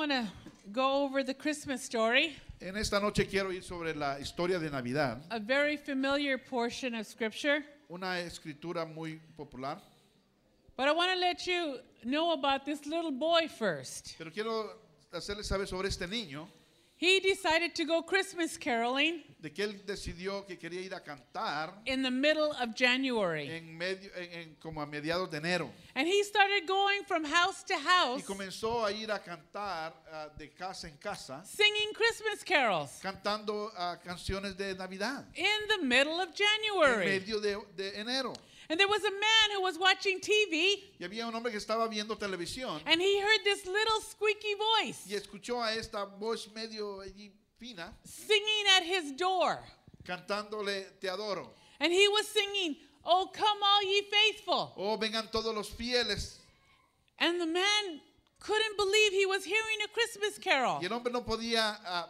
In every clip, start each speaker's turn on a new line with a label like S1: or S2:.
S1: want to go over the Christmas story,
S2: En esta noche quiero ir sobre la historia de Navidad,
S1: a very familiar portion of Scripture,
S2: una escritura muy popular,
S1: but I want to let you know about this little boy first.
S2: pero quiero hacerles saber sobre este niño,
S1: He decided to go Christmas caroling
S2: de que él decidió que quería ir a cantar
S1: in the middle of January.
S2: en medio, en- en- como a mediados de enero.
S1: And he started going from house to
S2: Y
S1: house
S2: comenzó a ir a cantar ah, de casa en casa,
S1: singing Christmas carols
S2: cantando ah, canciones de Navidad
S1: in the middle of
S2: en
S1: January.
S2: medio de, de enero.
S1: And there was a man who was watching TV
S2: Y había un hombre que estaba viendo televisión
S1: and he heard this little squeaky
S2: y
S1: voice
S2: escuchó a esta voz medio allí fina
S1: singing at his door.
S2: cantándole Te adoro.
S1: And he was singing, Oh, come all ye faithful.
S2: Oh, vengan todos los fieles.
S1: And the man couldn't believe he was hearing a Christmas carol.
S2: Y el hombre no podía ah,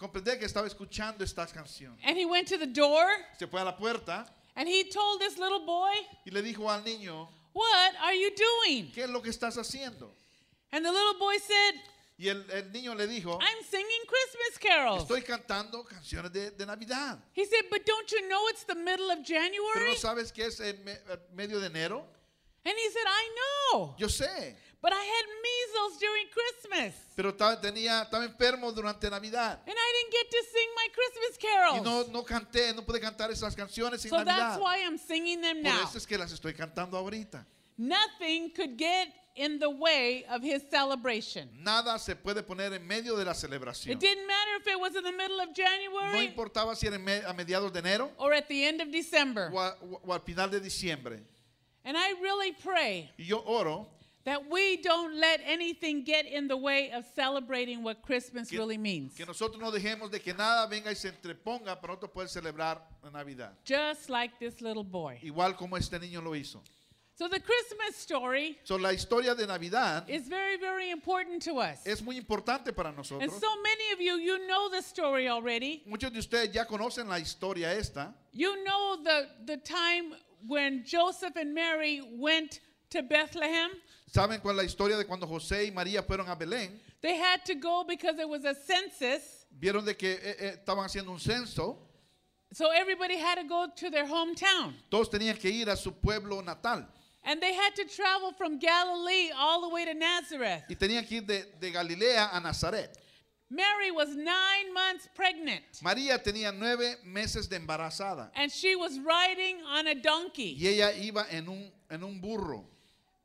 S2: comprender que estaba escuchando esta canción.
S1: And he went to the door
S2: Se fue a la puerta
S1: and he told this little boy,
S2: y le dijo al niño,
S1: What are you doing?
S2: ¿qué es lo que estás haciendo?
S1: And the little boy said,
S2: Y el, el niño le dijo,
S1: I'm singing Christmas carols.
S2: estoy cantando canciones de, de Navidad.
S1: He said, But don't you know it's the middle of
S2: Pero
S1: January?
S2: no sabes que es en me- eh, medio de enero.
S1: And he said, I know,
S2: Yo sé,
S1: but I had measles during Christmas
S2: pero ta- tenía, estaba enfermo durante Navidad.
S1: and I didn't get to sing my Christmas
S2: Y no,
S1: carols.
S2: no canté, no pude cantar esas canciones en
S1: So
S2: Navidad.
S1: that's why I'm singing them
S2: Por
S1: now.
S2: eso es que las estoy cantando ahorita.
S1: Nothing could get in the way of his celebration.
S2: Nada se puede poner en medio de la celebración.
S1: It didn't matter if it was in the middle of
S2: No
S1: January
S2: importaba si era en me- a mediados de enero
S1: or at the end of December.
S2: o, a- o- o al final de diciembre.
S1: And I really pray
S2: Y yo oro
S1: that we don't let anything get in the way of celebrating what Christmas
S2: Que-
S1: really means.
S2: que nosotros no dejemos de que nada venga y se entreponga para nosotros poder celebrar la Navidad.
S1: Just like this little boy.
S2: Igual como este niño lo hizo.
S1: So the Christmas story
S2: So, la historia de Navidad
S1: is very, very important to us.
S2: es muy importante para
S1: And
S2: nosotros.
S1: so many of you, you know the story already.
S2: Muchos de ustedes ya conocen la historia esta.
S1: You know the, the time when Joseph and Mary went to Bethlehem.
S2: Saben cuál es la historia de cuando José y María fueron a Belén.
S1: They had to go because there was a census.
S2: Vieron de que eh, eh, estaban haciendo un censo.
S1: So everybody had to go to their hometown.
S2: Todos tenían que ir a su pueblo natal.
S1: And they had to travel from Galilee all the way to Nazareth.
S2: Y tenían que ir de, de Galilea a Nazaret.
S1: Mary was nine months pregnant,
S2: María tenía nueve meses de embarazada.
S1: and she was riding on a donkey.
S2: Y ella iba en un, en un burro.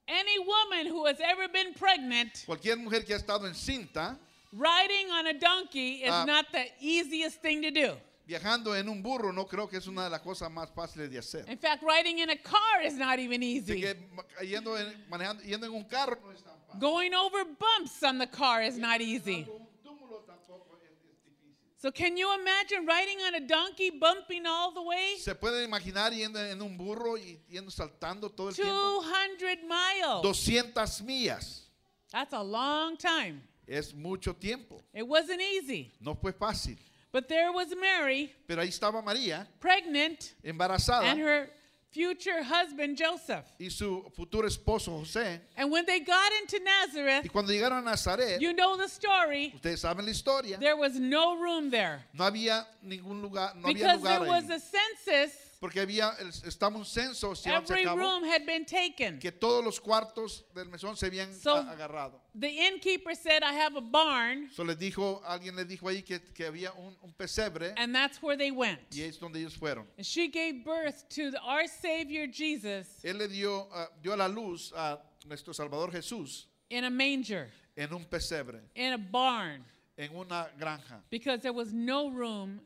S1: Any woman who has ever been pregnant,
S2: Cualquier mujer que ha estado encinta,
S1: riding on a donkey is
S2: Ah.
S1: not the easiest thing to do.
S2: viajando en un burro, no creo que es una de las cosas más fáciles de hacer.
S1: In fact, riding in a car is not even
S2: Así
S1: easy.
S2: que ma- yendo en, manejando, yendo en un carro no es tan fácil.
S1: Going over bumps on the car is not easy.
S2: Un túmulo tampoco es- es difícil.
S1: So, can you imagine riding on a donkey, bumping all the way?
S2: Se pueden imaginar yendo en un burro y yendo saltando todo el tiempo.
S1: 200 miles.
S2: 200 millas.
S1: That's a long time.
S2: Es mucho tiempo.
S1: It wasn't easy.
S2: No fue fácil.
S1: But there was Mary,
S2: Pero ahí estaba María,
S1: pregnant,
S2: embarazada,
S1: and her future husband, Joseph.
S2: y su futuro esposo José.
S1: And when they got into
S2: Y
S1: Nazareth,
S2: cuando llegaron a Nazaret,
S1: you know the story,
S2: ustedes saben la historia,
S1: there was no room there
S2: no había ningún lugar, no había
S1: because
S2: lugar
S1: there was
S2: ahí.
S1: a census.
S2: Porque había, el- estaba un censo, se llevaba a
S1: Every
S2: cabo,
S1: room had been taken.
S2: que todos los cuartos del mesón se habían
S1: So-
S2: a- agarrado.
S1: The innkeeper said, I have a barn,
S2: So les dijo, alguien les dijo ahí que, que había un, un pesebre
S1: and that's where they went.
S2: y es donde ellos fueron.
S1: And she gave birth to the- our Savior Jesus
S2: Él le dio, ah, dio a la luz a nuestro Salvador Jesús
S1: in a manger,
S2: en un pesebre,
S1: in a barn,
S2: en una granja,
S1: because there was no room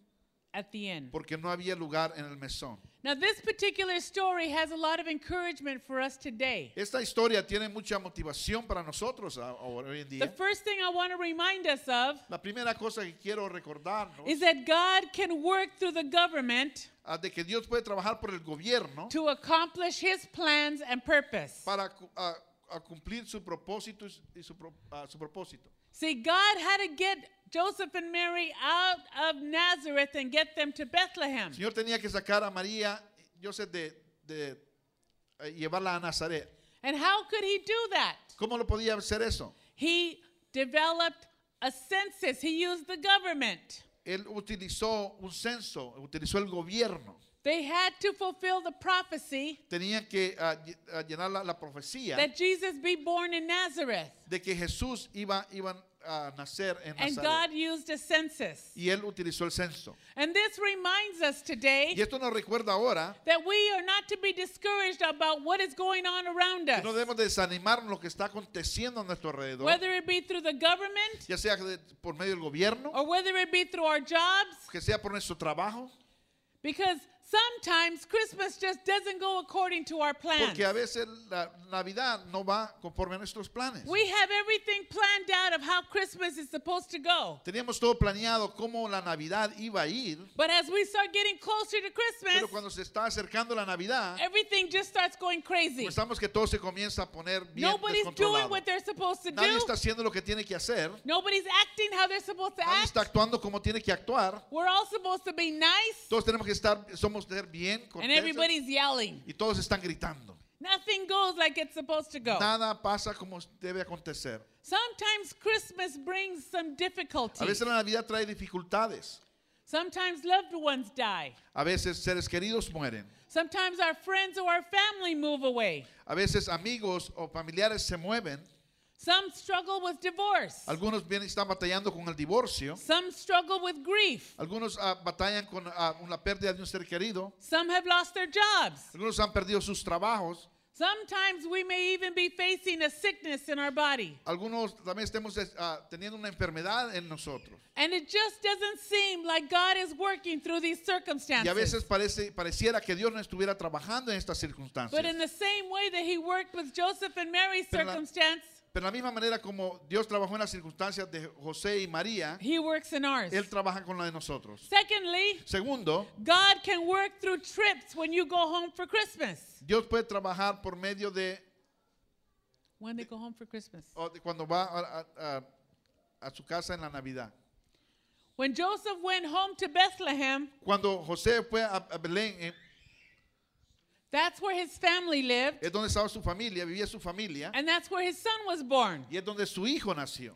S1: at the inn.
S2: porque no había lugar en el mesón.
S1: Now, this particular story has a lot of encouragement for us today.
S2: Esta historia tiene mucha motivación para nosotros a- a- hoy en
S1: The
S2: día.
S1: first thing I want to remind us of
S2: La primera cosa que quiero recordarnos
S1: is that God can work through the government
S2: ah, de que Dios puede trabajar por el gobierno
S1: to accomplish his plans and purpose.
S2: para cu- a, a cumplir su propósito y su- y su, pro- ah, su propósito.
S1: See, God had to get Joseph and Mary out of Nazareth and get them to Bethlehem.
S2: El Señor tenía que sacar a María, Joseph, de, de eh, llevarla a Nazaret.
S1: And how could he do that?
S2: ¿Cómo lo podía hacer eso?
S1: He developed a census. He used the government.
S2: Él utilizó un censo, utilizó el gobierno.
S1: They had to fulfill the prophecy
S2: Tenían que ah, lle- ah, llenar la, la profecía
S1: that Jesus be born in Nazareth.
S2: de que Jesús iba, iban a nacer en
S1: And
S2: Nazaret.
S1: God used a census.
S2: Y él utilizó el censo.
S1: And this reminds us
S2: Y
S1: today
S2: esto nos recuerda ahora
S1: that we are not to be discouraged about what is going on around
S2: que no
S1: us,
S2: debemos desanimarnos lo que está aconteciendo a nuestro alrededor,
S1: whether it be through the government
S2: ya sea de- por medio del gobierno,
S1: or whether it be through our jobs,
S2: que sea por nuestro trabajo,
S1: because sometimes Christmas just doesn't go according to our plans.
S2: porque a veces la Navidad no va conforme a nuestros planes.
S1: We have everything planned out of how Christmas is supposed to go.
S2: Teníamos todo planeado cómo la Navidad iba a ir,
S1: But as we start getting closer to
S2: pero
S1: Christmas,
S2: cuando se está acercando la Navidad,
S1: everything just starts going crazy.
S2: pensamos que todo se comienza a poner bien
S1: Nobody's doing
S2: descontrolado.
S1: what they're supposed to
S2: Nadie
S1: do.
S2: está haciendo lo que tiene que hacer,
S1: Nobody's acting how they're supposed to
S2: nadie está
S1: act.
S2: actuando como tiene que actuar.
S1: We're all supposed to be nice,
S2: Todos tenemos que estar, somos ser bien,
S1: and
S2: contentos,
S1: everybody's yelling.
S2: y todos están gritando.
S1: Nothing goes like it's supposed to go.
S2: Nada pasa como debe acontecer.
S1: Sometimes Christmas brings some
S2: A
S1: difficulty.
S2: veces la Navidad trae dificultades.
S1: Sometimes loved ones die.
S2: A veces seres queridos mueren.
S1: Sometimes our friends or our family move away.
S2: A veces amigos o familiares se mueven.
S1: Some struggle with divorce.
S2: Algunos bien están batallando con el divorcio.
S1: Some struggle with grief.
S2: Algunos ah, batallan con ah, con la pérdida de un ser querido.
S1: Some have lost their jobs.
S2: Algunos han perdido sus trabajos.
S1: Sometimes we may even be facing a sickness in our body.
S2: Algunos también estemos eh, ah, teniendo una enfermedad en nosotros.
S1: And it just doesn't seem like God is working through these
S2: Y a veces
S1: circumstances.
S2: parece, pareciera que Dios no estuviera trabajando en estas circunstancias.
S1: But in the same way that He worked with Joseph and Mary's
S2: Pero la-
S1: circumstance,
S2: Pero de la misma manera como Dios trabajó en las circunstancias de José y María,
S1: He works in ours.
S2: Él trabaja con la de nosotros.
S1: Secondly,
S2: Segundo,
S1: God can work through trips when you go home for Christmas.
S2: Dios puede trabajar por medio de,
S1: When they go home for Christmas.
S2: o de cuando va a, a- a- a su casa en la Navidad.
S1: When Joseph went home to Bethlehem,
S2: Cuando José fue a, a Belén, eh,
S1: that's where his family lived,
S2: es donde estaba su familia, vivía su familia,
S1: and that's where his son was born.
S2: y es donde su hijo nació.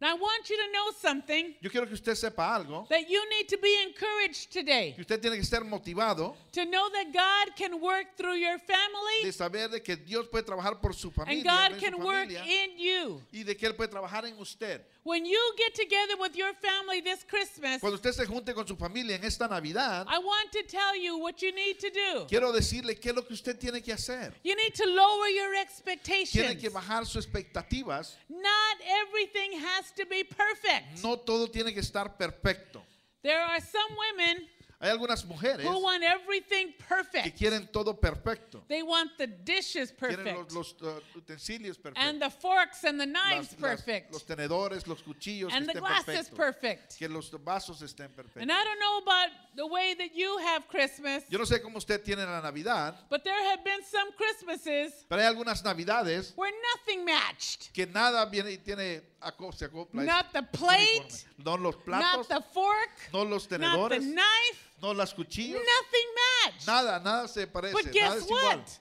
S1: Now, I want you to know something
S2: Yo quiero que usted sepa algo,
S1: that you need to be encouraged today.
S2: que usted tiene que estar motivado
S1: to know that God can work through your
S2: de
S1: family
S2: saber de que Dios puede trabajar por su
S1: and
S2: familia,
S1: God
S2: en su
S1: can work
S2: familia,
S1: in you.
S2: y de que Él puede trabajar en usted.
S1: When you get together with your family this Christmas,
S2: Cuando usted se junte con su familia en esta Navidad,
S1: I want to tell you what you need to do.
S2: quiero decirle qué es lo que usted tiene que hacer.
S1: You need to lower your
S2: Tiene
S1: expectations.
S2: que bajar sus expectativas.
S1: Not everything has to be perfect.
S2: No todo tiene que estar perfecto.
S1: There are some women
S2: Hay algunas mujeres
S1: who want everything
S2: que
S1: perfect.
S2: quieren todo perfecto.
S1: They want the dishes
S2: Quieren los,
S1: perfect
S2: los, uh, utensilios
S1: and
S2: perfectos.
S1: the forks and the
S2: las-
S1: knives
S2: las-
S1: perfect
S2: los tenedores, los cuchillos
S1: and
S2: que
S1: the
S2: estén
S1: glasses
S2: perfectos.
S1: perfect.
S2: Que los vasos estén
S1: And
S2: perfectos.
S1: I don't know about the way that you have Christmas,
S2: Yo no sé cómo usted tiene la Navidad,
S1: but there have been some Christmases
S2: pero hay algunas Navidades
S1: where nothing matched.
S2: que nada viene y tiene aco- se acopla. es
S1: Not the
S2: uniforme.
S1: plate,
S2: no los
S1: not
S2: platos,
S1: the fork,
S2: no los
S1: not the
S2: tenedores,
S1: knife,
S2: no las cuchillos,
S1: nothing matched.
S2: nada, nada se parece,
S1: But
S2: nada
S1: guess
S2: es igual.
S1: what?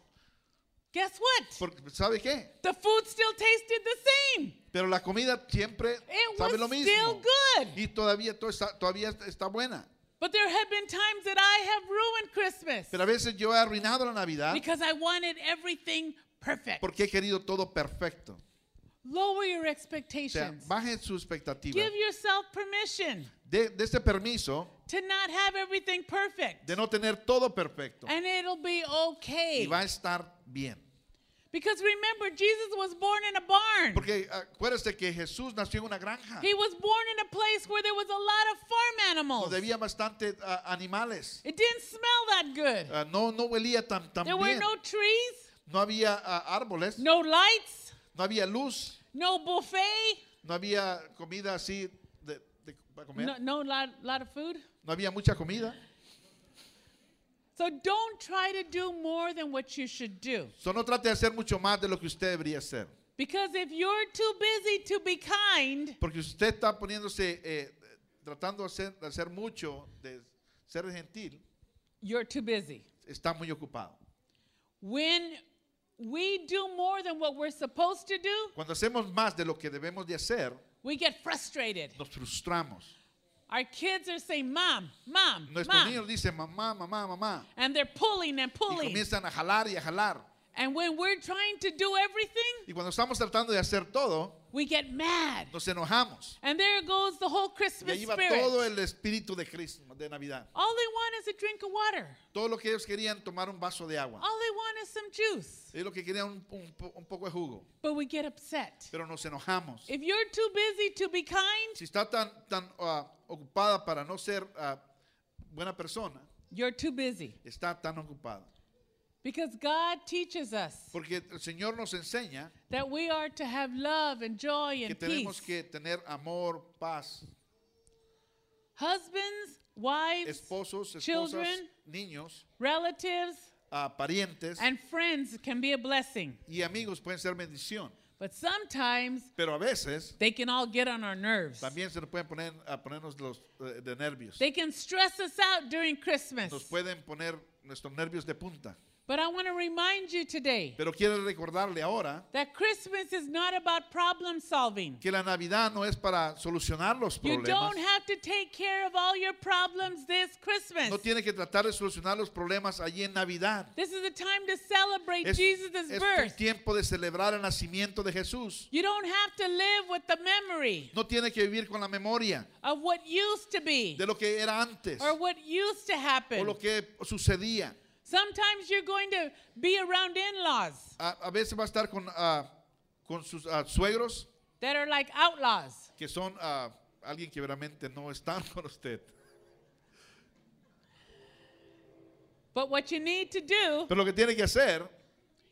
S1: Guess what?
S2: Porque pues, ¿sabe qué?
S1: The food still tasted the same.
S2: Pero la comida siempre
S1: It
S2: sabe lo
S1: was still
S2: mismo.
S1: good.
S2: Y todavía todo está, todavía está buena.
S1: But there have been times that I have ruined Christmas
S2: Pero a veces yo he arruinado la Navidad
S1: because I wanted everything perfect.
S2: porque he querido todo perfecto.
S1: Lower your
S2: O sea,
S1: expectations.
S2: bajen su expectativa.
S1: Give yourself permission.
S2: De, de este permiso
S1: to not have everything perfect.
S2: de no tener todo perfecto.
S1: And it'll be
S2: Y
S1: okay.
S2: va a estar bien.
S1: Because remember, Jesus was born in a barn.
S2: Porque ah, acuérdese que Jesús nació en una granja.
S1: He was born in a place where there was a lot of farm animals.
S2: Donde había bastante ah, animales.
S1: It didn't smell that good.
S2: Ah, no, no huelía tan, tan
S1: There were
S2: bien.
S1: no trees,
S2: No había ah, árboles.
S1: no lights,
S2: No había luz.
S1: no buffet,
S2: No había comida así de, de- para comer.
S1: no, no lot, lot of food.
S2: No había mucha comida.
S1: So don't try to do more than what you should do.
S2: So, no trate de hacer mucho más de lo que usted debería hacer.
S1: Because if you're too busy to be kind,
S2: Porque usted está poniéndose, eh, tratando de hacer, de hacer mucho, de ser gentil,
S1: you're too busy.
S2: está muy ocupado.
S1: When we do more than what we're supposed to do,
S2: Cuando hacemos más de lo que debemos de hacer,
S1: We get frustrated.
S2: Nos frustramos.
S1: Our kids are saying, Mom, Mom,
S2: Nuestros niños
S1: Mom.
S2: dicen mamá, mamá, mamá.
S1: And they're pulling and
S2: Y
S1: pulling.
S2: comienzan a jalar y a jalar.
S1: And when we're trying to do everything,
S2: Y cuando estamos tratando de hacer todo,
S1: we get mad.
S2: nos enojamos.
S1: And there goes the whole
S2: Y
S1: Christmas
S2: ahí va todo
S1: spirit.
S2: el espíritu de Cristo, de Navidad.
S1: All they want is a drink of water.
S2: Todo lo que ellos querían, tomar un vaso de agua.
S1: All they want is some juice.
S2: Ellos lo que querían, un, un po- un poco de jugo.
S1: But we get upset.
S2: Pero nos enojamos.
S1: If you're too busy to be kind,
S2: Si está tan, tan ah, ocupada para no ser ah, buena persona,
S1: you're too busy.
S2: está tan ocupada.
S1: Because God teaches us
S2: Porque el Señor nos enseña
S1: that we are to have love and joy
S2: que
S1: and
S2: tenemos
S1: peace.
S2: que tener amor, paz,
S1: Husbands, wives,
S2: esposos, esposas,
S1: children,
S2: niños,
S1: relatives,
S2: ah, parientes
S1: and friends can be a blessing.
S2: y amigos pueden ser bendición.
S1: But sometimes
S2: Pero a veces
S1: they can all get on our nerves.
S2: también se nos pueden poner a ponernos los eh, de nervios.
S1: They can stress us out during
S2: Nos
S1: Christmas.
S2: pueden poner nuestros nervios de punta.
S1: But I want to remind you today
S2: Pero quiero recordarle ahora
S1: that Christmas is not about problem solving.
S2: que la Navidad no es para solucionar los
S1: You
S2: problemas.
S1: don't have to take care of all your problems this Christmas.
S2: No tiene que tratar de solucionar los problemas allí en Navidad.
S1: This is a time to celebrate
S2: Es,
S1: Jesus'
S2: es un
S1: birth.
S2: tiempo de celebrar el nacimiento de Jesús.
S1: You don't have to live with the memory
S2: No tiene que vivir con la memoria
S1: of what used to be
S2: de lo que era antes
S1: or what used to
S2: o
S1: happen.
S2: lo que sucedía.
S1: Sometimes you're going to be around in laws
S2: A, a veces va a estar con, ah, con sus ah, suegros
S1: that are like outlaws.
S2: que son ah, alguien que realmente no están con usted.
S1: But what you need to do
S2: Pero lo que tiene que hacer,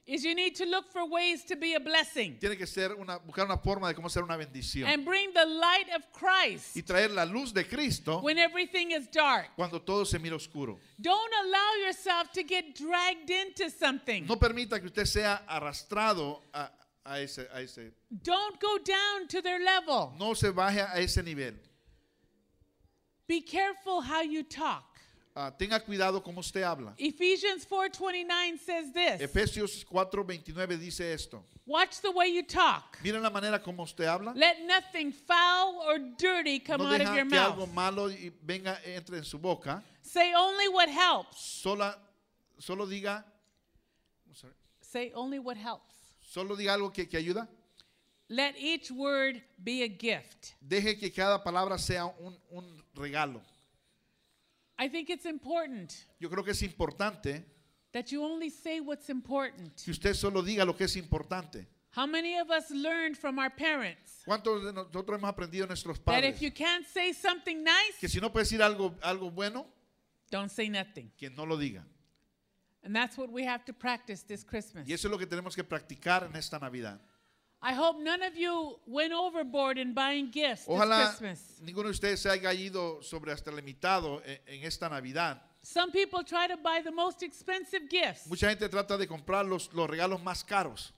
S1: is you need to look for ways to be a blessing
S2: tiene que ser una, buscar una forma de cómo ser una bendición
S1: and bring the light of Christ
S2: y traer la luz de Cristo
S1: when everything is dark.
S2: cuando todo se mira oscuro.
S1: Don't allow yourself to get dragged into something.
S2: No permita que usted sea arrastrado a, a ese, a ese.
S1: Don't go down to their level.
S2: No se baje a ese nivel.
S1: Be careful how you talk.
S2: Ah, tenga cuidado cómo usted habla.
S1: Ephesians 4:29 says this.
S2: Efesios 4:29 dice esto.
S1: Watch the way you talk.
S2: Miren la manera como usted habla.
S1: Let nothing foul or dirty come
S2: No
S1: out of
S2: deja
S1: your
S2: que algo
S1: mouth.
S2: malo y venga entre en su boca.
S1: Say only what helps.
S2: Sola, solo diga, I'm sorry.
S1: Say only what helps.
S2: solo diga algo que, que ayuda.
S1: Let each word be a gift.
S2: Deje que cada palabra sea un, un regalo.
S1: I think it's important
S2: Yo creo que es importante
S1: that you only say what's important.
S2: que usted solo diga lo que es importante.
S1: How many of us learned from our parents
S2: ¿Cuántos de nosotros hemos aprendido de nuestros
S1: that if you
S2: padres?
S1: can't say something nice,
S2: Que si no puede decir algo, algo bueno,
S1: don't say nothing?
S2: que no lo diga.
S1: And that's what we have to practice this Christmas.
S2: Y eso es lo que tenemos que practicar en esta Navidad.
S1: I hope none of you went overboard in buying gifts this
S2: Ojalá
S1: Christmas.
S2: ninguno de ustedes se haya ido sobre hasta limitado en, e, en esta Navidad.
S1: Some people try to buy the most expensive gifts,
S2: Mucha gente trata de comprar los, los regalos más caros.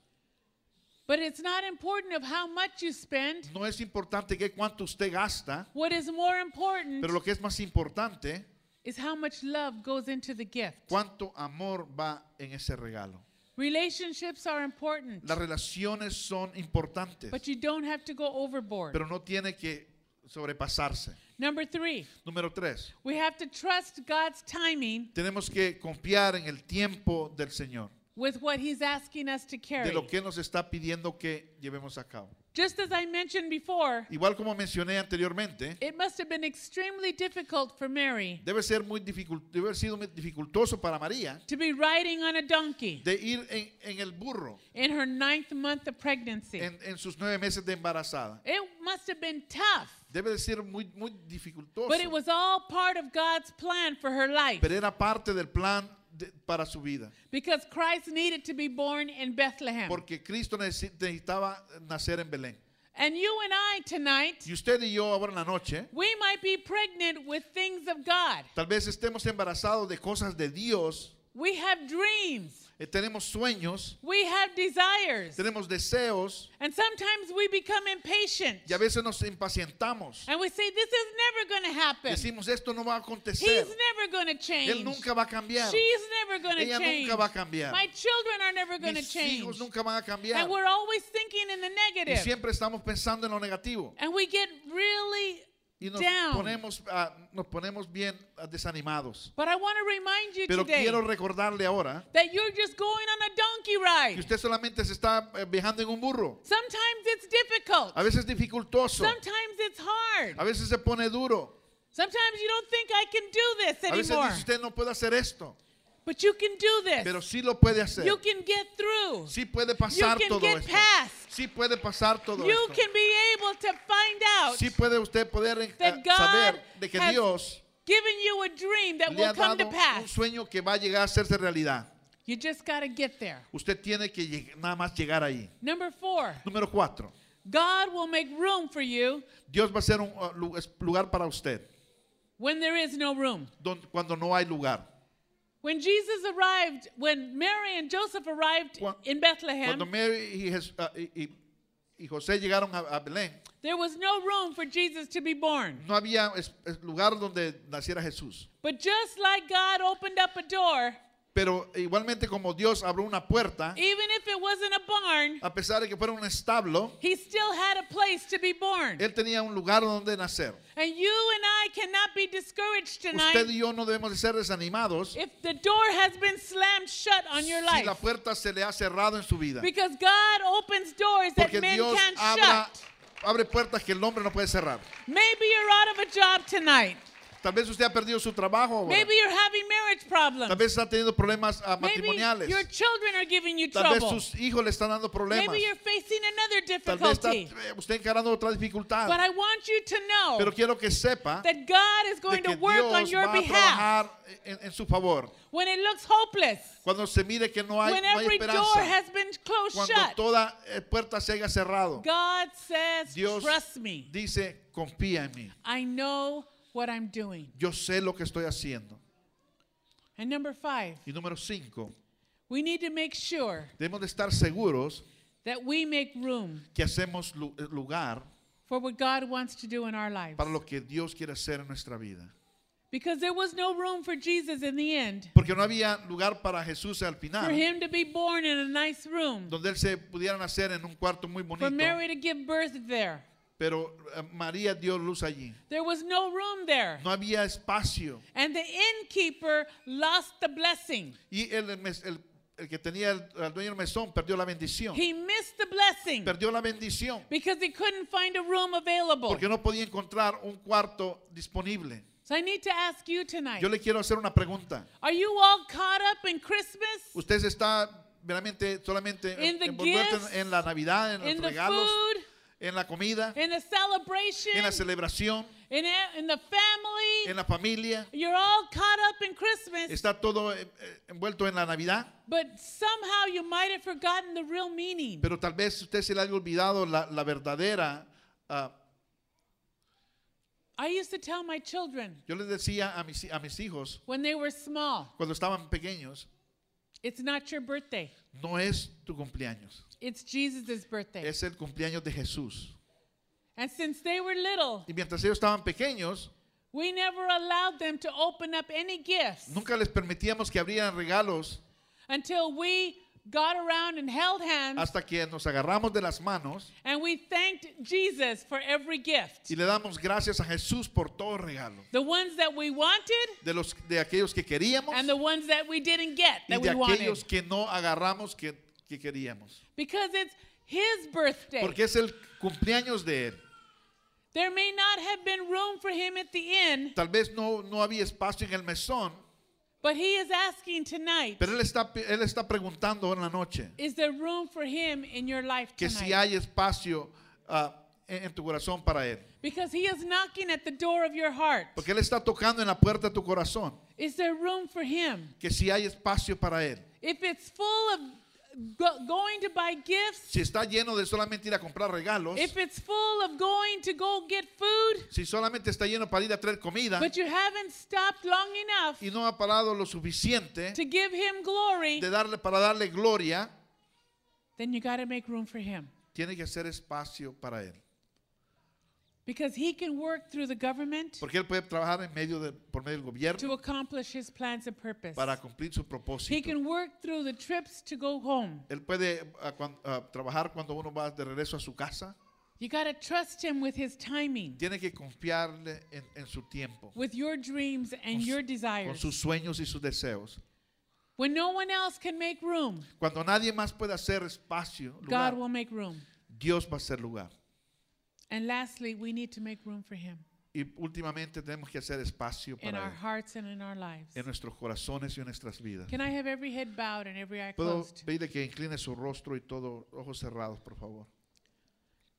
S1: but it's not important of how much you spend.
S2: No es importante que cuánto usted gasta,
S1: What is more important
S2: pero lo que es más importante,
S1: is how much love goes into the gift.
S2: cuánto amor va en ese regalo.
S1: Relationships are important,
S2: Las relaciones son importantes,
S1: but you don't have to go overboard.
S2: pero no tiene que sobrepasarse.
S1: Number three,
S2: Número tres,
S1: we have to trust God's timing
S2: tenemos que confiar en el tiempo del Señor,
S1: with what He's asking us to
S2: de
S1: carry.
S2: lo que nos está pidiendo que llevemos a cabo.
S1: Just as I mentioned before,
S2: Igual como mencioné anteriormente,
S1: it must have been extremely difficult for Mary
S2: debe ser muy dificul- debe haber sido muy dificultoso para María
S1: to be riding on a donkey
S2: de ir en, en el burro
S1: in her ninth month of pregnancy.
S2: en, en sus nueve meses de embarazada.
S1: It must have been tough,
S2: Debe de ser muy, muy dificultoso,
S1: but it was all part of God's plan for her life
S2: pero era parte del plan de- para su vida,
S1: because Christ needed to be born in Bethlehem.
S2: porque Cristo necesi- necesitaba nacer en Belén.
S1: And you and I tonight,
S2: Y usted y yo ahora en la noche,
S1: we might be pregnant with things of God.
S2: tal vez estemos embarazados de cosas de Dios,
S1: We have dreams.
S2: Eh, tenemos sueños,
S1: We have desires.
S2: tenemos deseos
S1: And sometimes we become impatient.
S2: y a veces nos impacientamos.
S1: And we say, this is never going to happen.
S2: Decimos, esto no va a acontecer.
S1: He's never going to
S2: Él
S1: change.
S2: nunca va a cambiar.
S1: She's never going
S2: Ella
S1: to change.
S2: nunca va a cambiar.
S1: My children are never going to
S2: Mis
S1: change.
S2: hijos nunca van a cambiar.
S1: And we're always thinking in the
S2: Y
S1: negative.
S2: siempre estamos pensando en lo negativo.
S1: And we get really
S2: Y nos
S1: down.
S2: ponemos, ah, nos ponemos bien ah, desanimados.
S1: But I want to remind you
S2: Pero
S1: today
S2: quiero recordarle ahora
S1: that you're just going on a donkey
S2: que
S1: ride.
S2: usted solamente se está eh, viajando en un burro.
S1: Sometimes it's difficult.
S2: A veces es dificultoso.
S1: Sometimes it's hard.
S2: A veces se pone duro.
S1: Sometimes you don't think I can do
S2: A
S1: this
S2: veces
S1: anymore.
S2: dice usted no puede hacer esto.
S1: But you can do
S2: Pero
S1: this.
S2: sí lo puede hacer.
S1: You can get through.
S2: Sí puede pasar
S1: You can
S2: todo
S1: get
S2: esto.
S1: past.
S2: Sí puede pasar todo
S1: You
S2: esto.
S1: can be able to find out,
S2: Sí puede usted poder eh,
S1: that God
S2: saber de que
S1: has
S2: Dios
S1: giving you a dream that
S2: le
S1: will
S2: ha
S1: come to
S2: dado un
S1: pass.
S2: sueño que va a llegar a hacerse realidad.
S1: You just got to get there.
S2: Usted tiene que lleg- nada más llegar ahí.
S1: Number four,
S2: Número cuatro.
S1: God will make room for you
S2: Dios va a ser un uh, lu- es- lugar para usted
S1: when there is no room.
S2: don- cuando no hay lugar.
S1: When Jesus arrived, when Mary and Joseph arrived
S2: Cuan-
S1: in Bethlehem,
S2: Cuando Mary y, Jes- uh, y- y- y José llegaron a, a Belén,
S1: there was no room for Jesus to be born.
S2: no había es- es lugar donde naciera Jesús.
S1: But just like God opened up a door,
S2: Pero igualmente como Dios abrió una puerta,
S1: even if it wasn't a barn,
S2: a pesar de que fuera un establo,
S1: he still had a place to be born.
S2: Él tenía un lugar donde nacer.
S1: And you and I cannot be discouraged tonight
S2: Usted y yo no debemos de ser desanimados
S1: if the door has been slammed shut on your
S2: si la
S1: life.
S2: puerta se le ha cerrado en su vida.
S1: Because God opens doors that
S2: Porque
S1: men
S2: Dios
S1: can't
S2: abra-
S1: shut.
S2: abre puertas que el hombre no puede cerrar.
S1: Maybe you're out of a job tonight.
S2: Tal vez usted ha perdido su trabajo ahora.
S1: Maybe you're having marriage problems.
S2: Tal vez está teniendo problemas ah,
S1: Maybe
S2: matrimoniales.
S1: your children are giving you
S2: Tal vez
S1: trouble.
S2: sus hijos le están dando problemas.
S1: Maybe you're facing another
S2: Tal vez está
S1: difficulty.
S2: eh, usted encarando otra
S1: But
S2: dificultad.
S1: I want you to know
S2: Pero quiero que sepa de
S1: that God is going
S2: que
S1: to work on
S2: Dios
S1: your
S2: va a
S1: behalf
S2: trabajar en, en su favor.
S1: when it looks hopeless,
S2: Cuando se mire que no hay,
S1: when
S2: no hay
S1: every door
S2: esperanza.
S1: has been closed
S2: Cuando
S1: shut.
S2: toda eh, puerta se haya cerrado.
S1: God says,
S2: Dios
S1: trust me.
S2: dice, confía en mí.
S1: I know what I'm doing.
S2: Yo sé lo que estoy haciendo.
S1: And number five,
S2: Y número cinco,
S1: we need to make sure
S2: debemos de estar seguros
S1: that we make room
S2: que hacemos lu- eh, lugar
S1: for what God wants to do in our lives.
S2: para lo que Dios quiere hacer en nuestra vida.
S1: Because there was no room for Jesus in the end,
S2: Porque no había lugar para Jesús al
S1: for
S2: final,
S1: him to be born in a nice room,
S2: donde él se pudiera nacer en un cuarto muy
S1: for
S2: bonito.
S1: Mary to give birth there.
S2: Pero eh, María dio luz allí.
S1: There was no room there.
S2: No había espacio.
S1: And the innkeeper lost the blessing.
S2: Y el, el mes- el- el que tenía el, el dueño del mesón perdió la bendición.
S1: He missed the blessing
S2: Perdió la bendición
S1: because he couldn't find a room available.
S2: porque no podía encontrar un cuarto disponible.
S1: So I need to ask you tonight
S2: Yo le quiero hacer una pregunta.
S1: are you all caught up in Christmas,
S2: Usted se está veramente solamente
S1: In the
S2: envuelto en-
S1: gifts,
S2: en la Navidad, en
S1: in
S2: los
S1: the
S2: regalos,
S1: food,
S2: en la comida,
S1: in the celebration,
S2: en la celebración,
S1: in, e- in the family?
S2: en la familia.
S1: You're all caught up in Christmas,
S2: Está todo eh, eh, envuelto en la Navidad.
S1: but somehow you might have forgotten the real meaning.
S2: Pero tal vez usted se le haya olvidado la, la verdadera. ah,
S1: I used to tell my children
S2: yo les decía a mis, a mis hijos
S1: when they were small,
S2: cuando estaban pequeños,
S1: it's not your birthday,
S2: no es tu cumpleaños,
S1: it's Jesus' birthday.
S2: es el cumpleaños de Jesús.
S1: And since they were little,
S2: Y mientras ellos estaban pequeños,
S1: we never allowed them to open up any gifts
S2: nunca les permitíamos que abrieran regalos
S1: until we got around and held hands
S2: hasta que nos agarramos de las manos
S1: and we thanked Jesus for every gift.
S2: y le damos gracias a Jesús por todo regalo.
S1: The ones that we wanted
S2: De, los, de aquellos que queríamos
S1: and the ones that we didn't get
S2: y
S1: that
S2: de
S1: we
S2: aquellos
S1: wanted.
S2: que no agarramos que, que queríamos.
S1: Because it's his birthday.
S2: Porque es el cumpleaños de Él.
S1: There may not have been room for him at the inn,
S2: Tal vez no, no había espacio en el mesón,
S1: but he is asking tonight
S2: pero Él está, él está preguntando en la noche
S1: Is there room for him in your life
S2: que
S1: tonight?
S2: si hay espacio ah, en, en tu corazón para Él.
S1: Because he is knocking at the door of your heart.
S2: Porque Él está tocando en la puerta de tu corazón,
S1: Is there room for him?
S2: que si hay espacio para Él.
S1: If it's full of go- going to buy gifts,
S2: si está lleno de solamente ir a comprar regalos,
S1: if it's full of going to go get food,
S2: si solamente está lleno para ir a traer comida
S1: but you haven't stopped long enough
S2: y no ha parado lo suficiente
S1: to give him glory,
S2: de darle, para darle gloria,
S1: then you got to make room for him.
S2: tiene que hacer espacio para él.
S1: Because he can work through the government
S2: Porque él puede trabajar en medio de, por medio del gobierno
S1: to accomplish his plans and purpose.
S2: para cumplir su
S1: He
S2: propósito.
S1: can work through the trips to go home.
S2: Él puede ah, cuan- ah, trabajar cuando uno va de regreso a su casa.
S1: You got to trust him with his timing,
S2: Tiene que confiarle en, en su tiempo,
S1: with your dreams and
S2: Con su-
S1: your
S2: con
S1: desires.
S2: sus sueños y sus deseos.
S1: When no one else can make room,
S2: Cuando nadie más puede hacer espacio, lugar,
S1: God will make room.
S2: Dios va a hacer lugar.
S1: And lastly, we need to make room for him
S2: Y últimamente tenemos que hacer espacio
S1: in
S2: para
S1: our
S2: Él,
S1: hearts and in our lives.
S2: en nuestros corazones y en nuestras vidas.
S1: Can I have every head bowed and every eye
S2: Puedo
S1: closed?
S2: pedirle que incline su rostro y todos ojos cerrados, por favor.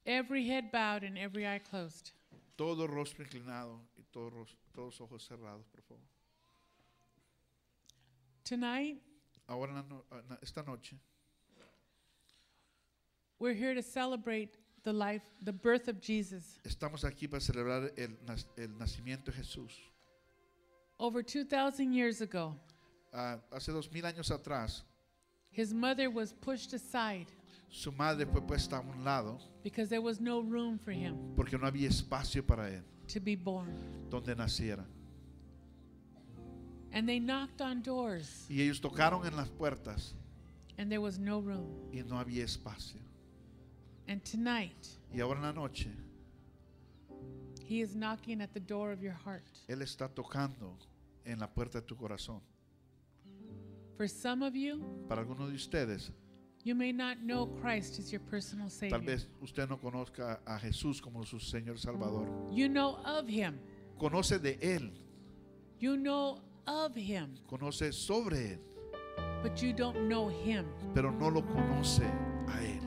S1: Every head bowed and every eye closed.
S2: Todo rostro inclinado y todo ros- todos ojos cerrados, por favor.
S1: Tonight,
S2: Ahora, en la no- en la- esta noche,
S1: we're here to celebrate the life, the birth of Jesus.
S2: estamos aquí para celebrar el, nas- el nacimiento de Jesús.
S1: Over 2,000 years ago,
S2: Ah, hace dos mil años atrás,
S1: his mother was pushed aside
S2: su madre fue puesta a un lado
S1: because there was no room for him
S2: porque no había espacio para él
S1: to be born.
S2: donde naciera.
S1: And they knocked on doors,
S2: Y ellos tocaron en las puertas
S1: and there was no room.
S2: y no había espacio.
S1: And tonight,
S2: Y ahora en la noche,
S1: he is knocking at the door of your heart.
S2: Él está tocando en la puerta de tu corazón.
S1: For some of you,
S2: Para algunos de ustedes,
S1: you may not know Christ as your personal Savior.
S2: tal vez usted no conozca a Jesús como su Señor Salvador.
S1: You know of him.
S2: Conoce de Él,
S1: You know of him,
S2: conoce sobre Él,
S1: but you don't know him.
S2: pero no lo conoce a Él.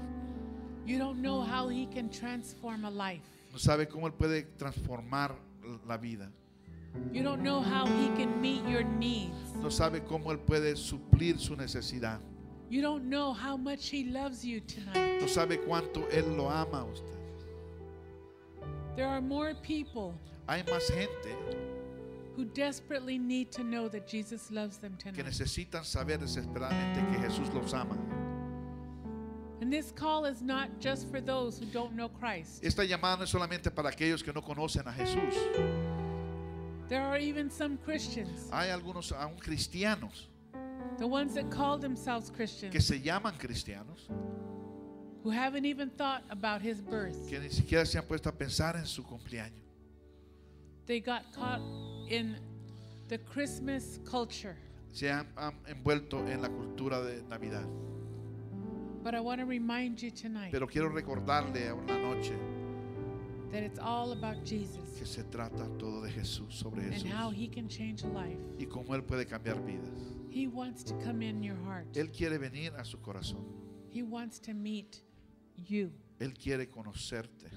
S1: You don't know how he can transform a life.
S2: No sabe cómo Él puede transformar la vida.
S1: You don't know how he can meet your needs.
S2: No sabe cómo Él puede suplir su necesidad.
S1: You don't know how much he loves you tonight.
S2: No sabe cuánto Él lo ama a usted.
S1: There are more people
S2: Hay más gente
S1: who desperately need to know that Jesus loves them
S2: que
S1: tonight.
S2: necesitan saber desesperadamente que Jesús los ama.
S1: And this call is not just for those who don't know Christ.
S2: Esta llamada no es solamente para aquellos que no conocen a Jesús.
S1: There are even some Christians,
S2: Hay algunos aún cristianos
S1: the ones that call themselves
S2: que
S1: Christians,
S2: se llaman cristianos,
S1: who haven't even thought about his birth.
S2: que ni siquiera se han puesto a pensar en su cumpleaños.
S1: They got caught in the Christmas culture.
S2: Se han, han envuelto en la cultura de Navidad.
S1: But I want to remind you tonight
S2: Pero quiero recordarle a una noche
S1: that it's all about
S2: que
S1: Jesus
S2: se trata todo de Jesús, sobre
S1: and
S2: Jesús.
S1: how he can change a life.
S2: Y cómo Él puede cambiar vidas.
S1: He wants to come in your heart.
S2: Él quiere venir a su corazón.
S1: He wants to meet you.
S2: Él quiere conocerte.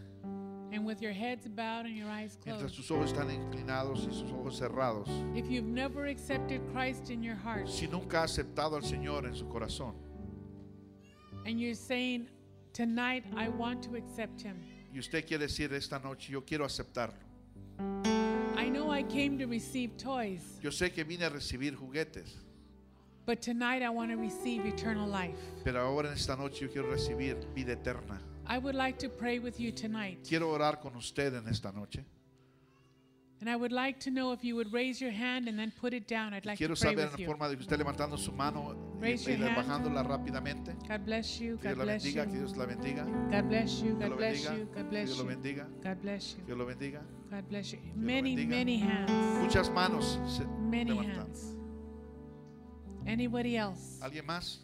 S1: And with your heads bowed and your eyes
S2: Mientras
S1: closed,
S2: tus ojos están inclinados y sus ojos cerrados,
S1: if you've never accepted Christ in your heart
S2: si nunca ha aceptado al Señor en su corazón
S1: and you're saying, Tonight I want to accept him.
S2: y usted quiere decir esta noche, yo quiero aceptarlo.
S1: I know I came to receive toys,
S2: Yo sé que vine a recibir juguetes,
S1: but tonight I want to receive eternal life.
S2: pero ahora en esta noche yo quiero recibir vida eterna.
S1: I would like to pray with you tonight.
S2: Quiero orar con usted en esta noche.
S1: And I would like to know if you would raise your hand and then put it down. I'd
S2: Y
S1: like to
S2: quiero
S1: pray
S2: saber
S1: with
S2: en
S1: you.
S2: forma de que usted levantando su mano y,
S1: Raise
S2: y
S1: your hand.
S2: bajándola rápidamente.
S1: God bless you.
S2: Que Dios
S1: God
S2: la
S1: bless you.
S2: bendiga, que Dios la bendiga.
S1: God bless you.
S2: Dios lo
S1: God bless
S2: bendiga.
S1: you. God
S2: que
S1: bless
S2: Dios lo
S1: you.
S2: bendiga.
S1: God bless
S2: que
S1: you.
S2: Dios lo bendiga.
S1: God bless you.
S2: lo
S1: Many,
S2: bendiga.
S1: many hands.
S2: Muchas manos se
S1: Many
S2: levantaron.
S1: hands. Anybody else?
S2: ¿Alguien más?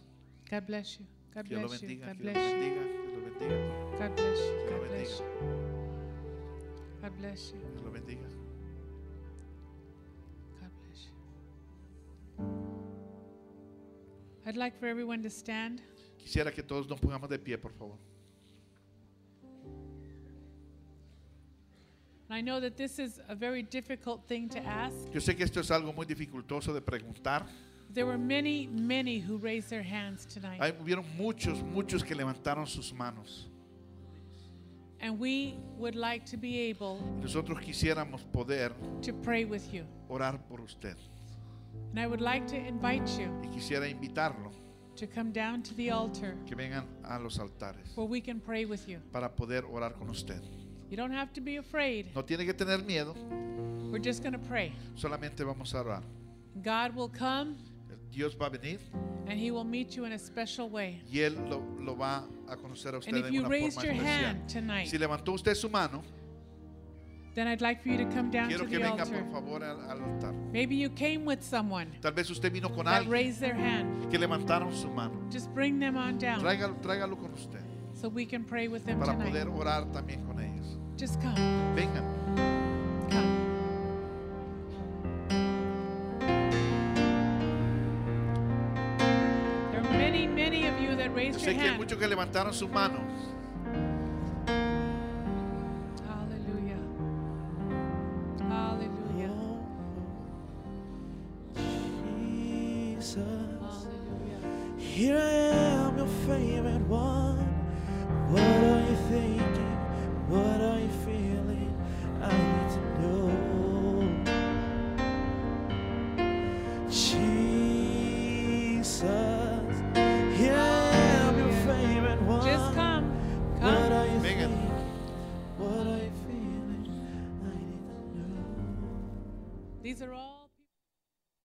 S1: God bless you. God
S2: Que Dios lo
S1: bless you.
S2: bendiga.
S1: God
S2: Que Dios
S1: bless you.
S2: lo bendiga. Que Dios lo bendiga.
S1: God bless you.
S2: Dios lo
S1: God bless
S2: bendiga.
S1: you. God bless you.
S2: Que Dios lo bendiga.
S1: God bless you. I'd like for everyone to stand.
S2: Quisiera que todos nos pongamos de pie, por favor.
S1: And I know that this is a very difficult thing to ask.
S2: Yo sé que esto es algo muy dificultoso de preguntar,
S1: There were many, many who raised their hands tonight.
S2: Hay, hubieron muchos, muchos que levantaron sus manos.
S1: And we would like to be able
S2: Nosotros quisiéramos poder
S1: to pray with you.
S2: orar por usted.
S1: And I would like to invite you
S2: Y quisiera invitarlo
S1: to come down to the altar
S2: que vengan a los altares
S1: where we can pray with you.
S2: para poder orar con usted.
S1: You don't have to be afraid.
S2: No tiene que tener miedo,
S1: We're just going to pray.
S2: solamente vamos a orar.
S1: God will come
S2: Dios va a venir
S1: and he will meet you in a special way.
S2: y Él lo, lo va a conocer a usted
S1: And if
S2: de
S1: you
S2: una forma
S1: raised your hand
S2: especial.
S1: tonight,
S2: Si levantó usted su mano,
S1: then I'd like for you to come down to
S2: quiero que
S1: the
S2: venga
S1: altar.
S2: por favor al, al altar.
S1: Maybe you came with someone
S2: Tal vez usted vino con
S1: that
S2: alguien
S1: raised their hand.
S2: que levantaron su mano.
S1: Just bring them on down
S2: Tráigalo, tráigalo con usted
S1: so we can pray with them
S2: para
S1: tonight.
S2: poder orar también con ellos.
S1: Just come.
S2: Vengan.
S1: Come. There are many, many of you that
S2: Yo
S1: raised your
S2: sé que hay
S1: hand.
S2: muchos que levantaron sus manos.
S1: Hallelujah. Hallelujah.
S3: Jesus,
S1: Hallelujah.
S3: here I am, your favorite one. What are you thinking? What are you feeling? I need to know. Jesus, here I am, your favorite one.
S1: Just come.
S3: What
S1: Come.
S3: are you
S2: Vengan.
S3: thinking? What are you feeling? I need to know.
S1: These are all.